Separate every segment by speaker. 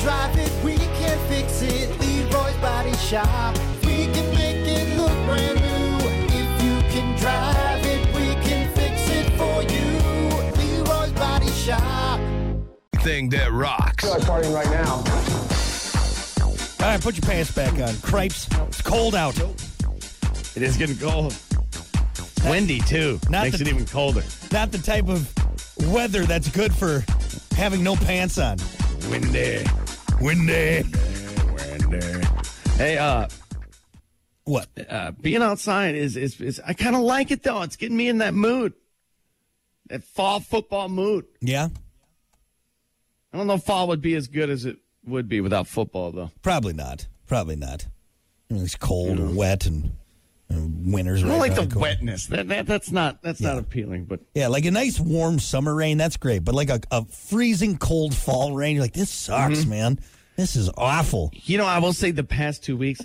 Speaker 1: drive it, we can fix it. Leroy's Body Shop. We can make it look brand new. If you can drive it, we can fix it for you. Leroy's Body Shop.
Speaker 2: Thing that rocks.
Speaker 3: partying right now.
Speaker 4: All right, put your pants back on. Cripes, it's cold out.
Speaker 5: It is getting cold. It's windy too.
Speaker 4: Not
Speaker 5: Makes
Speaker 4: the-
Speaker 5: it even colder.
Speaker 4: Not the type of weather that's good for having no pants on.
Speaker 5: Windy. Windy. Windy. Hey, uh,
Speaker 4: What?
Speaker 5: uh, being outside is is, is I kind of like it though. It's getting me in that mood, that fall football mood.
Speaker 4: Yeah,
Speaker 5: I don't know if fall would be as good as it would be without football though.
Speaker 4: probably not. Probably not. You know, It's cold and wet and, and winter's
Speaker 5: I
Speaker 4: right
Speaker 5: don't like
Speaker 4: around
Speaker 5: the
Speaker 4: corner.
Speaker 5: wetness. That, that that's not that's not appealing. But
Speaker 4: Yeah, like a nice warm summer rain, that's great. But like a, a freezing cold fall rain, you're like, this sucks,
Speaker 5: Mm-hmm.
Speaker 4: man. This is awful.
Speaker 5: you know, I will say the past two weeks,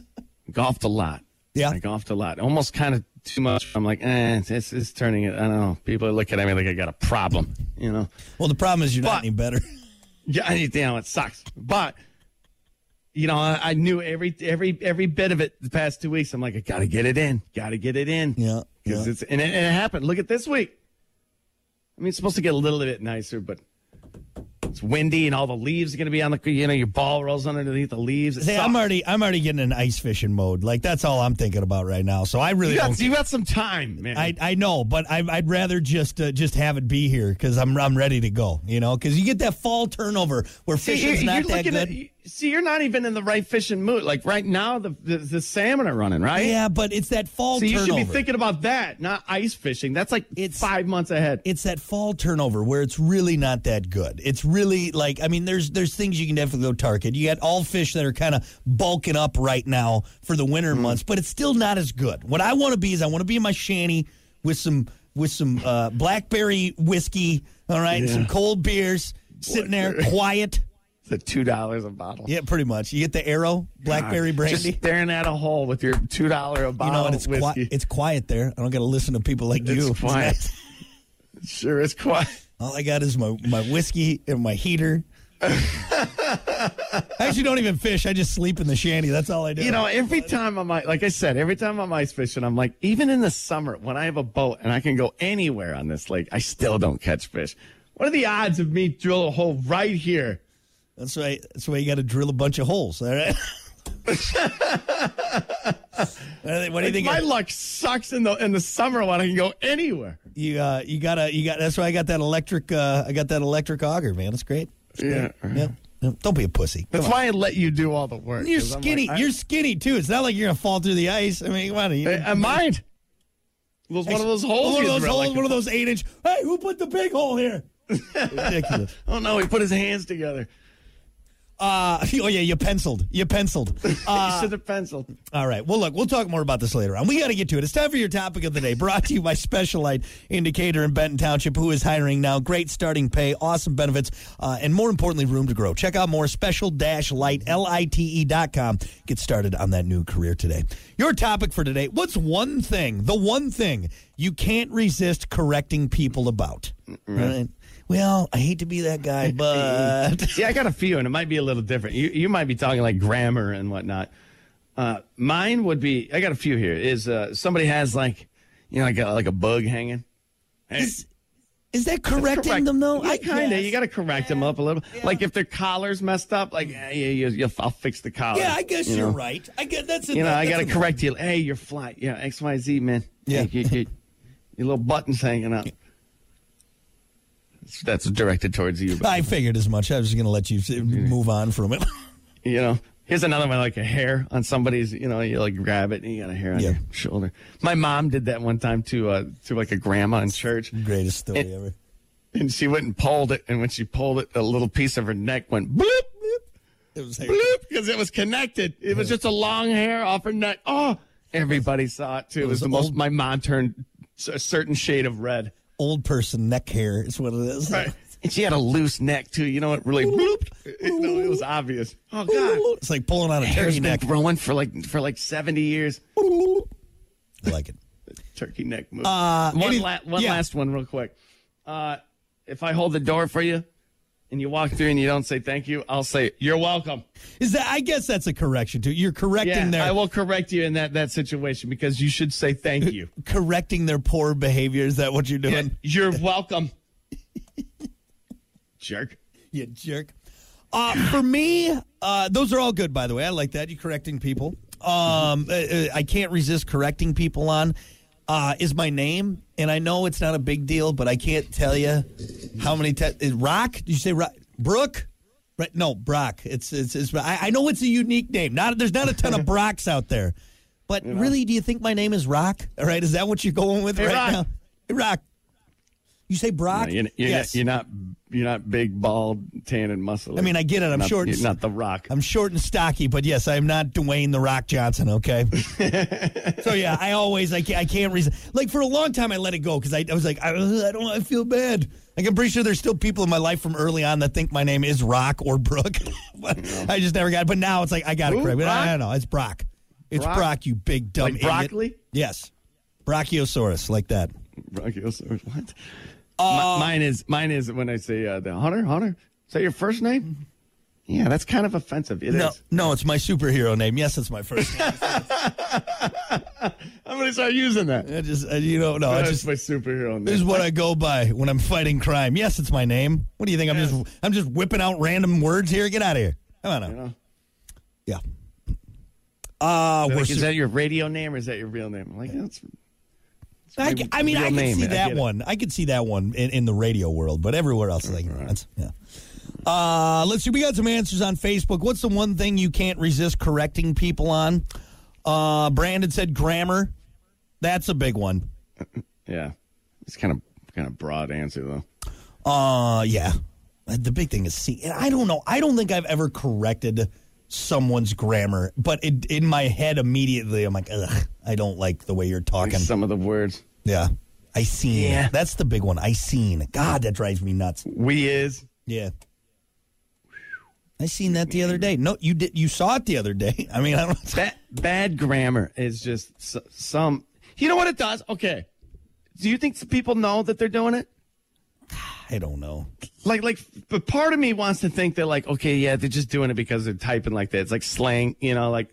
Speaker 5: golfed a lot.
Speaker 4: Yeah.
Speaker 5: I golfed a lot. Almost kind of too much. I'm like, eh, it's, it's turning it. I don't know. People are looking at me like I got a problem. You know.
Speaker 4: Well, the problem is you're not
Speaker 5: But-
Speaker 4: any better.
Speaker 5: Yeah, I- you know, it sucks. But you know, I, I knew every every every bit of it the past two weeks. I'm like, I gotta get it in, gotta get it in.
Speaker 4: Yeah,
Speaker 5: 'Cause
Speaker 4: yeah.
Speaker 5: it's and it, and it happened. Look at this week. I mean, it's supposed to get a little bit nicer, but it's windy and all the leaves are gonna be on the. You know, your ball rolls underneath the leaves. It
Speaker 4: See, I'm
Speaker 5: sucks.
Speaker 4: already I'm already getting in ice fishing mode. Like that's all I'm thinking about right now. So I really
Speaker 5: You
Speaker 4: don't
Speaker 5: got, you got some time, man.
Speaker 4: I, I know, but I, I'd rather just uh, just have it be here because I'm I'm ready to go. You know, because you get that fall turnover where fishing's not that good.
Speaker 5: At, you- see, you're not even in the right fishing mood. Like right now, the the, the salmon are running right.
Speaker 4: yeah, but it's that fall
Speaker 5: So you
Speaker 4: turnover.
Speaker 5: should be thinking about that, not ice fishing. That's like
Speaker 4: It's-
Speaker 5: five months ahead.
Speaker 4: it's that fall turnover where it's really not that good. It's really like I mean, there's there's things you can definitely go target. You got all fish that are kind of bulking up right now for the winter
Speaker 5: Hmm.
Speaker 4: months, but it's still not as good. What I want to be is I want to be in my shanty with some with some uh, blackberry whiskey, all right, and some cold beers, sitting there quiet.
Speaker 5: It's at two dollars a bottle.
Speaker 4: Yeah, pretty much. You get the arrow, blackberry brandy.
Speaker 5: Just staring at a hole with your two dollar
Speaker 4: you know,
Speaker 5: a bottle.
Speaker 4: and it's
Speaker 5: whiskey.
Speaker 4: quiet. It's quiet there. I don't got to listen to people like you.
Speaker 5: It's quiet. It sure is quiet.
Speaker 4: All I got is my, my whiskey and my heater. I actually don't even fish. I just sleep in the shanty. That's all I do.
Speaker 5: You know, every time I'm like, like I said, every time I'm ice fishing, I'm like, even in the summer when I have a boat and I can go anywhere on this lake, I still don't catch fish. What are the odds of me drill a hole right here?
Speaker 4: that's why. That's why you got to drill a bunch of holes. All right. what do you think- what do you think?
Speaker 5: My luck sucks in the in the summer when I can go anywhere.
Speaker 4: you uh, you gotta you got. That's why I got that electric. Uh, I got that electric auger, man. It's great.
Speaker 5: Yeah.
Speaker 4: Yep. Yep. Don't be a pussy.
Speaker 5: That's why I let you do all the work.
Speaker 4: You're
Speaker 5: 'cause I'm
Speaker 4: skinny.
Speaker 5: like, I-
Speaker 4: you're skinny too. It's not like you're gonna fall through the ice. I mean, why do you?
Speaker 5: I, I mind. It was Uh, one of those holes.
Speaker 4: One
Speaker 5: you
Speaker 4: of those
Speaker 5: drill,
Speaker 4: holes.
Speaker 5: like-
Speaker 4: One of those eight inch. Hey, who put the big hole here? Ridiculous.
Speaker 5: Oh no, he put his hands together.
Speaker 4: Uh, oh yeah, you penciled. You penciled.
Speaker 5: he should have penciled.
Speaker 4: All right. Well, look, we'll talk more about this later on. We got to get to it. It's time for your topic of the day, brought to you by Specialite Indicator in Benton Township, who is hiring now. Great starting pay, awesome benefits, uh, and more importantly, room to grow. Check out more special dash light, L I T E dot com. Get started on that new career today. Your topic for today what's one thing, the one thing you can't resist correcting people about? Right. Well, I hate to be that guy, but.
Speaker 5: See, I got a few, and it might be a little different. You you might be talking like grammar and whatnot. Uh, mine would be. I got a few here. Is uh, somebody has like, you know, like a, like a bug hanging.
Speaker 4: Is, is that correcting
Speaker 5: Correct.
Speaker 4: them though?
Speaker 5: Yeah, kind of.
Speaker 4: guess.
Speaker 5: You got to correct them up a little. Like if their collar's messed up, like eh, you, you, you, I'll fix the collar.
Speaker 4: Yeah, I guess
Speaker 5: Uh, you
Speaker 4: you are
Speaker 5: know?
Speaker 4: right. I guess that's.
Speaker 5: You know, I
Speaker 4: that's
Speaker 5: got to
Speaker 4: a-
Speaker 5: correct you. Hey, you're fly. Yeah, X Y Z man.
Speaker 4: Yeah.
Speaker 5: Hey, you- you- your little buttons hanging out. That's directed towards you. But,
Speaker 4: I figured as much. I was going to let you s- move on from it.
Speaker 5: you know, here's another one like a hair on somebody's. You know, you like grab it and you got a hair on
Speaker 4: Yeah.
Speaker 5: your shoulder. My mom did that one time to uh, to like a grandma in church,
Speaker 4: Greatest story
Speaker 5: It-
Speaker 4: ever.
Speaker 5: and she went and pulled it, and when she pulled it, a little piece of her neck went bloop. bloop.
Speaker 4: It was
Speaker 5: bloop because it was connected. It was just a long hair off her neck. Oh, everybody saw it too. It was the most. My mom turned a certain shade of red.
Speaker 4: old person neck hair. Is what it is.
Speaker 5: And she had a loose neck too. You know it really blooped. You know, it was obvious. Oh God,
Speaker 4: It's like pulling out a
Speaker 5: hair's
Speaker 4: turkey
Speaker 5: been
Speaker 4: neck.
Speaker 5: growing for like for like seventy years.
Speaker 4: I like it.
Speaker 5: Turkey neck move. Uh, one
Speaker 4: any-
Speaker 5: la- one
Speaker 4: yeah.
Speaker 5: last one, real quick. Uh, if I hold the door for you, and and you walk through and you don't say thank you, I'll say you're welcome.
Speaker 4: Is that? I guess that's a correction too. You're correcting
Speaker 5: Yeah,
Speaker 4: their
Speaker 5: I will correct you in that that situation because you should say thank you.
Speaker 4: correcting their poor behavior. Is that what you're
Speaker 5: Yeah,
Speaker 4: doing?
Speaker 5: you're welcome. Jerk.
Speaker 4: You jerk. Uh, for me, uh, those are all good, by the way. I like that. You correcting people. Um, uh, uh, I can't resist correcting people on uh, is my name. And I know it's not a big deal, but I can't tell you how many times. Rock? Did you say Rock? Brooke? Right, no, Brock. It's it's. it's I, I know it's a unique name. Not there's not a ton of Brocks out there, but really, do you think my name is Rock? All right, is that what you're going with
Speaker 5: Hey,
Speaker 4: right
Speaker 5: Rock.
Speaker 4: now? Hey, Rock. You say Brock?
Speaker 5: No, you're, you're,
Speaker 4: yes.
Speaker 5: you're not you're not big, bald, tan, and muscly.
Speaker 4: I mean, I get it. I'm
Speaker 5: not,
Speaker 4: short and
Speaker 5: You're not the Rock.
Speaker 4: I'm short and stocky, but yes, I'm not Dwayne the Rock Johnson. Okay. so yeah, I always I can't, I can't reason. Like for a long time, I let it go because I, I was like I, don't- I don't I feel bad. Like I'm pretty sure there's still people in my life from early on that think my name is Rock or Brooke. But I just never got. it. But now it's like I got it
Speaker 5: Who?
Speaker 4: correct. But I, I
Speaker 5: Brock?
Speaker 4: don't know. It's Brock. It's Brock,
Speaker 5: Brock?
Speaker 4: you big dumb
Speaker 5: Like
Speaker 4: idiot.
Speaker 5: broccoli?
Speaker 4: Yes, Brachiosaurus, like that.
Speaker 5: Brachiosaurus. What?
Speaker 4: Uh,
Speaker 5: Mi- mine is mine is when I say uh, the Hunter. Hunter. Is that your first name? Yeah, that's kind of offensive. It is.
Speaker 4: Mm-hmm. No, no, it's my superhero name. Yes, it's my first. name.
Speaker 5: I'm gonna start using that.
Speaker 4: I just I- you don't know. I
Speaker 5: that's
Speaker 4: Uh, just
Speaker 5: my superhero name.
Speaker 4: This is what I go by when I'm fighting crime. Yes, it's my name. What do you think? I'm just I'm just whipping out random words here. Get out of here. Come on
Speaker 5: You
Speaker 4: now.
Speaker 5: know?
Speaker 4: Yeah. Uh,
Speaker 5: They're
Speaker 4: we're
Speaker 5: like, is
Speaker 4: su-
Speaker 5: that your radio name or is that your real name? I'm like, that's
Speaker 4: I,
Speaker 5: my
Speaker 4: I mean, I
Speaker 5: real
Speaker 4: could
Speaker 5: name?
Speaker 4: see
Speaker 5: I
Speaker 4: that
Speaker 5: get it.
Speaker 4: one. I could see that one in, in the radio world, but everywhere else, like that's yeah. Uh, let's see. We got some answers on Facebook. What's the one thing you can't resist correcting people on? Uh, Brandon said grammar. That's a big one.
Speaker 5: yeah. It's kind of kind of broad answer though.
Speaker 4: Uh, yeah. The big thing is see, and I don't know. I don't think I've ever corrected someone's grammar, but it, in my head immediately, I'm like, ugh, I don't like the way you're
Speaker 5: Like
Speaker 4: talking.
Speaker 5: some of the words
Speaker 4: yeah. I seen.
Speaker 5: Yeah.
Speaker 4: That's the big one. I seen. God, that drives me nuts.
Speaker 5: we is
Speaker 4: Yeah. I seen that the other day. No, you did. You saw it the other day. I mean, I don't.
Speaker 5: bad, bad grammar is just s- some. You know what it does? Okay. Do you think people know that they're doing it?
Speaker 4: I don't know.
Speaker 5: Like, like, but part of me wants to think that, like, okay, yeah, they're just doing it because they're typing like that. It's like slang, you know, like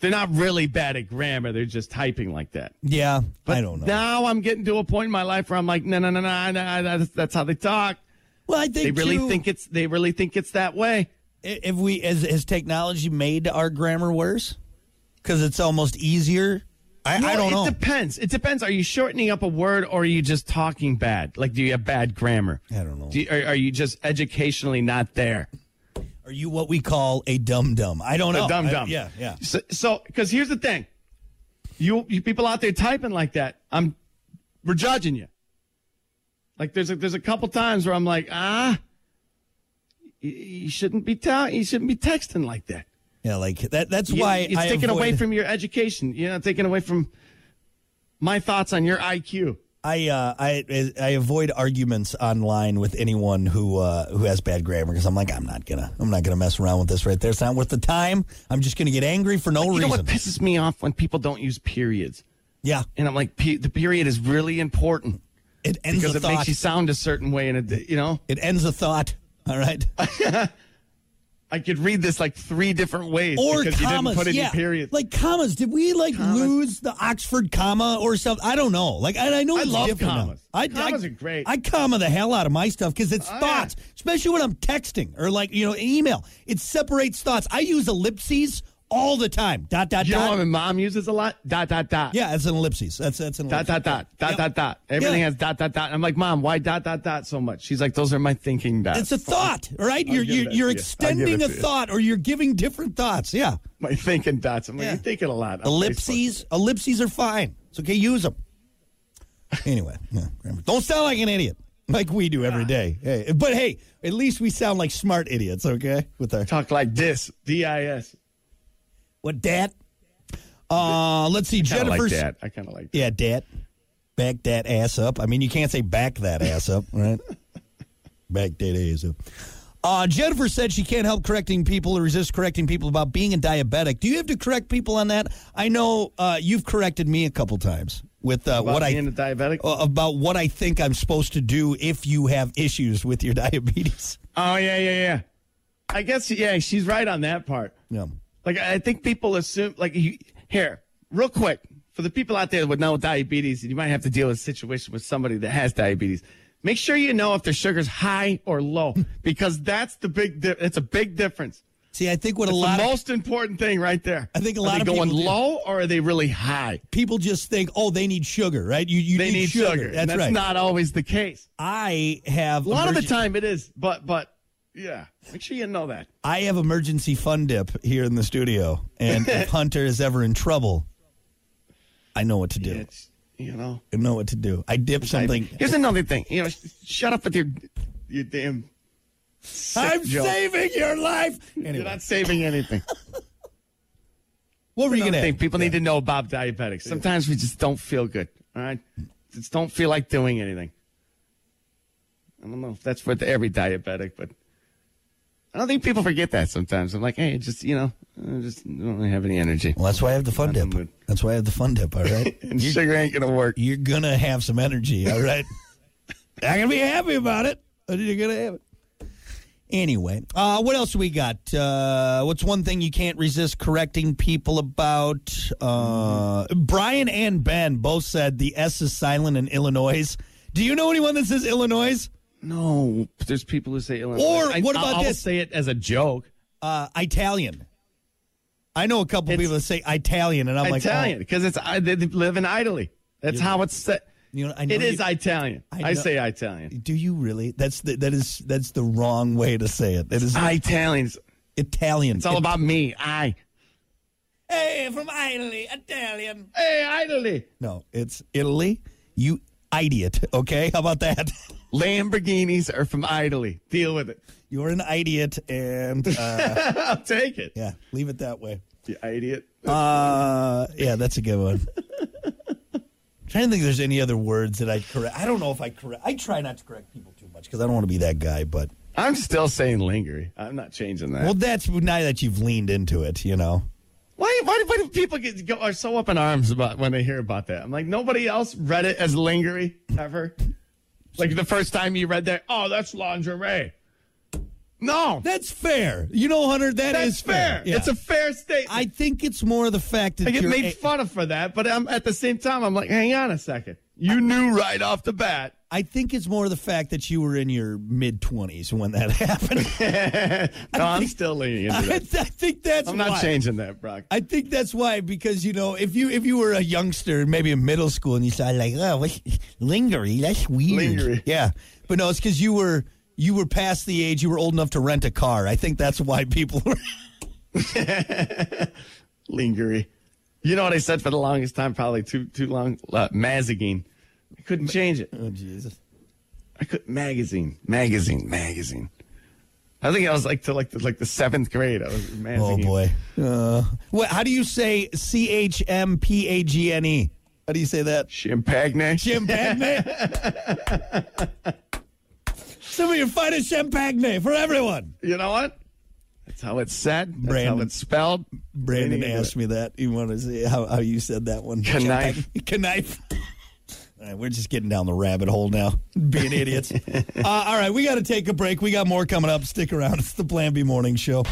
Speaker 5: they're not really bad at grammar. They're just typing like that.
Speaker 4: Yeah,
Speaker 5: But
Speaker 4: I don't know.
Speaker 5: Now I'm getting to a point in my life where I'm like, no, no, no, no, no, that's, that's how they talk.
Speaker 4: well, I
Speaker 5: They
Speaker 4: think
Speaker 5: really
Speaker 4: too,
Speaker 5: think it's they really think it's that way.
Speaker 4: i- if we as has technology made our grammar worse because it's almost easier. I, I don't
Speaker 5: it
Speaker 4: know.
Speaker 5: depends. It depends. Are you shortening up a word or are you just talking bad? Like, do you have bad grammar?
Speaker 4: I don't know.
Speaker 5: Do you, are, are you just educationally not there?
Speaker 4: Are you what we call a dum dum? I don't know.
Speaker 5: A dumb
Speaker 4: I-
Speaker 5: dumb.
Speaker 4: yeah, yeah.
Speaker 5: So, so, because here's the thing, you you people out there typing like that, I'm we're judging you. Like there's a, there's a couple times where I'm like, ah, you, you shouldn't be ta- you shouldn't be texting like that.
Speaker 4: Yeah, like that that's
Speaker 5: You-
Speaker 4: why
Speaker 5: it's
Speaker 4: I
Speaker 5: taken away
Speaker 4: avoid-
Speaker 5: from your education. You know, taken away from my thoughts on your IQ.
Speaker 4: I uh I I avoid arguments online with anyone who uh who has bad grammar because I'm like I'm not gonna I'm not gonna mess around with this right there. It's not worth the time. I'm just gonna get angry for no
Speaker 5: You know what
Speaker 4: reason.
Speaker 5: pisses me off when people don't use periods,
Speaker 4: yeah,
Speaker 5: and I'm like, "Pe- the period is really important
Speaker 4: it ends
Speaker 5: because
Speaker 4: the
Speaker 5: it
Speaker 4: thought.
Speaker 5: makes you sound a certain way, and it, you know,
Speaker 4: it ends the thought. All right,
Speaker 5: I could read this like three different ways
Speaker 4: or
Speaker 5: because
Speaker 4: commas.
Speaker 5: you didn't put
Speaker 4: yeah,
Speaker 5: any periods.
Speaker 4: like commas. Did we like lose the Oxford comma or something? I don't know. Like I, I know
Speaker 5: I
Speaker 4: it's
Speaker 5: love
Speaker 4: different now.
Speaker 5: commas.
Speaker 4: I,
Speaker 5: Commas
Speaker 4: I-
Speaker 5: are great.
Speaker 4: I comma the hell out of my stuff because it's
Speaker 5: Oh, yeah.
Speaker 4: thoughts, especially when I'm texting or like you know email. It separates thoughts. I use ellipses all the time. Dot dot
Speaker 5: you know what
Speaker 4: dot.
Speaker 5: my mom uses a lot? Dot dot dot.
Speaker 4: Yeah, it's an ellipses. That's that's an
Speaker 5: Dot
Speaker 4: ellipsis.
Speaker 5: dot dot dot
Speaker 4: Yep.
Speaker 5: dot dot. Everything
Speaker 4: Yeah.
Speaker 5: has dot dot dot. I'm like, mom, why dot dot dot so much? She's like, those are my thinking dots.
Speaker 4: It's a thought, all right? You're
Speaker 5: give
Speaker 4: you're,
Speaker 5: it
Speaker 4: you're
Speaker 5: to you. I'll give
Speaker 4: extending
Speaker 5: it
Speaker 4: a
Speaker 5: to you.
Speaker 4: thought, or you're giving different thoughts. Yeah,
Speaker 5: my thinking dots. I'm like,
Speaker 4: Yeah.
Speaker 5: you're thinking a lot. on Facebook.
Speaker 4: ellipses. Ellipses are fine. It's okay. Use them. Anyway, yeah, grammar. don't sound like an idiot like we do every day. Hey, but hey, at least we sound like smart idiots. Okay, with our
Speaker 5: Talk like this. D I S.
Speaker 4: what dat? Uh, let's see,
Speaker 5: Kind of
Speaker 4: Jennifer.
Speaker 5: like that. I kind of like that.
Speaker 4: Yeah, dat. Back that ass up. I mean, you can't say back that ass up, right? back that ass up. Uh, Jennifer said she can't help correcting people or resist correcting people about being a diabetic. Do you have to correct people on that? I know uh, you've corrected me a couple times with uh,
Speaker 5: About
Speaker 4: what I
Speaker 5: being a diabetic?
Speaker 4: uh, about what I think I'm supposed to do if you have issues with your diabetes.
Speaker 5: Oh yeah, yeah, yeah. I guess yeah, she's right on that part.
Speaker 4: Yeah.
Speaker 5: Like I think people assume like you, here, real quick, for the people out there with no diabetes, you might have to deal with a situation with somebody that has diabetes. Make sure you know if their sugar's high or low because that's the big di- it's a big difference.
Speaker 4: See, I think what a
Speaker 5: It's
Speaker 4: lot
Speaker 5: the
Speaker 4: of
Speaker 5: most important thing right there.
Speaker 4: I think a
Speaker 5: Are
Speaker 4: lot
Speaker 5: they
Speaker 4: of people
Speaker 5: going
Speaker 4: do.
Speaker 5: low or are they really high?
Speaker 4: people just think, oh, they need sugar, right? You, you
Speaker 5: They need sugar. and
Speaker 4: That's,
Speaker 5: that's
Speaker 4: right.
Speaker 5: not always the case.
Speaker 4: I have
Speaker 5: A lot of the
Speaker 4: emergen-
Speaker 5: time it is, but but yeah, make sure you know that.
Speaker 4: I have emergency fun dip here in the studio, and if Hunter is ever in trouble, I know what to do.
Speaker 5: It's you know.
Speaker 4: I know what to do. I dip something.
Speaker 5: Here's another thing. You know, sh- shut up with your your damn.
Speaker 4: I'm
Speaker 5: Joe.
Speaker 4: saving your life. Anyway,
Speaker 5: You're not saving anything.
Speaker 4: what were you
Speaker 5: Another
Speaker 4: gonna?
Speaker 5: thing people need to know about diabetics. Sometimes we just don't feel good. All right, just don't feel like doing anything. I don't know if that's for every diabetic, but I don't think people forget that sometimes. I'm like, hey, just you know, I just don't really have any energy,
Speaker 4: Well, that's why I have the fun
Speaker 5: Not in
Speaker 4: dip.
Speaker 5: the mood.
Speaker 4: That's why I have the fun dip. All right,
Speaker 5: and sugar ain't gonna work.
Speaker 4: you're gonna have some energy. All right, I'm gonna be happy about it, but you're gonna have it. Anyway, uh, what else we got? Uh, what's one thing you can't resist correcting people about? Uh, Brian and Ben both said the S is silent in Illinois. Do you know anyone that says Illinois?
Speaker 5: No, there's people who say Illinois.
Speaker 4: Or
Speaker 5: I-
Speaker 4: what about
Speaker 5: I'll
Speaker 4: this?
Speaker 5: Say it as a joke.
Speaker 4: Uh, Italian. I know a couple
Speaker 5: It's-
Speaker 4: people that say Italian, and I'm like, oh,
Speaker 5: Italian because it's I, they live in Italy. That's how it's set.
Speaker 4: You know, I know
Speaker 5: It is
Speaker 4: you-
Speaker 5: Italian.
Speaker 4: I
Speaker 5: I,
Speaker 4: know-
Speaker 5: say Italian.
Speaker 4: Do you really? That's the, that is that's the wrong way to say it. That is
Speaker 5: Italians.
Speaker 4: Italian.
Speaker 5: It's all about me. I.
Speaker 4: hey from Italy, Italian.
Speaker 5: Hey, Italy.
Speaker 4: No, it's Italy. You idiot. Okay, how about that?
Speaker 5: Lamborghinis are from Italy. Deal with it.
Speaker 4: You're an idiot, and uh,
Speaker 5: I'll take it.
Speaker 4: yeah, leave it that way.
Speaker 5: You idiot.
Speaker 4: Uh, yeah, that's a good one. trying to think, if there's any other words that I correct. I don't know if I correct. I try not to correct people too much because I don't want to be that guy. But
Speaker 5: I'm still saying lingerie. I'm not changing that.
Speaker 4: well, that's now that you've leaned into it, you know.
Speaker 5: why, why, do- why do people get go, are so up in arms about when they hear about that? I'm like, nobody else read it as lingerie ever. like the first time you read that, oh, that's lingerie. No,
Speaker 4: That's fair. You know, Hunter,
Speaker 5: that's fair.
Speaker 4: Yeah.
Speaker 5: It's a fair statement.
Speaker 4: I think it's more the fact that
Speaker 5: I get
Speaker 4: you're
Speaker 5: made
Speaker 4: a-
Speaker 5: fun of for that, but I'm, at the same time, I'm like, hang on a second. You knew right off the bat.
Speaker 4: I think it's more the fact that you were in your mid twenties when that happened.
Speaker 5: No, I'm still leaning into
Speaker 4: I,
Speaker 5: that.
Speaker 4: th- I think that's
Speaker 5: I'm not
Speaker 4: why.
Speaker 5: changing that, Brock.
Speaker 4: I think that's why because you know if you if you were a youngster maybe in middle school and you started like oh what's lingerie that's weird
Speaker 5: Lingerie.
Speaker 4: yeah but no it's because you were you were past the age you were old enough to rent a car I think that's why people were
Speaker 5: Lingerie. You know what I said for the longest time, probably too too long. Uh, magazine. I couldn't change it.
Speaker 4: oh Jesus
Speaker 5: I could magazine, magazine, magazine. I think I was like to like the, like the seventh grade. I was
Speaker 4: oh
Speaker 5: magazine.
Speaker 4: boy uh, what how do you say C H M P A G N E how do you say that
Speaker 5: Champagne.
Speaker 4: Champagne. Some of your finest champagne for everyone.
Speaker 5: you know what? That's how it's said. That's how
Speaker 4: Brandon-
Speaker 5: it's spelled.
Speaker 4: Brandon
Speaker 5: Leaning into
Speaker 4: asked me that. You want to see how, how you said that one?
Speaker 5: Knife.
Speaker 4: Champagne- Knife. All right, we're just getting down the rabbit hole now, being idiots. uh, all right, we got to take a break. We got more coming up. Stick around. It's the Plan B Morning Show.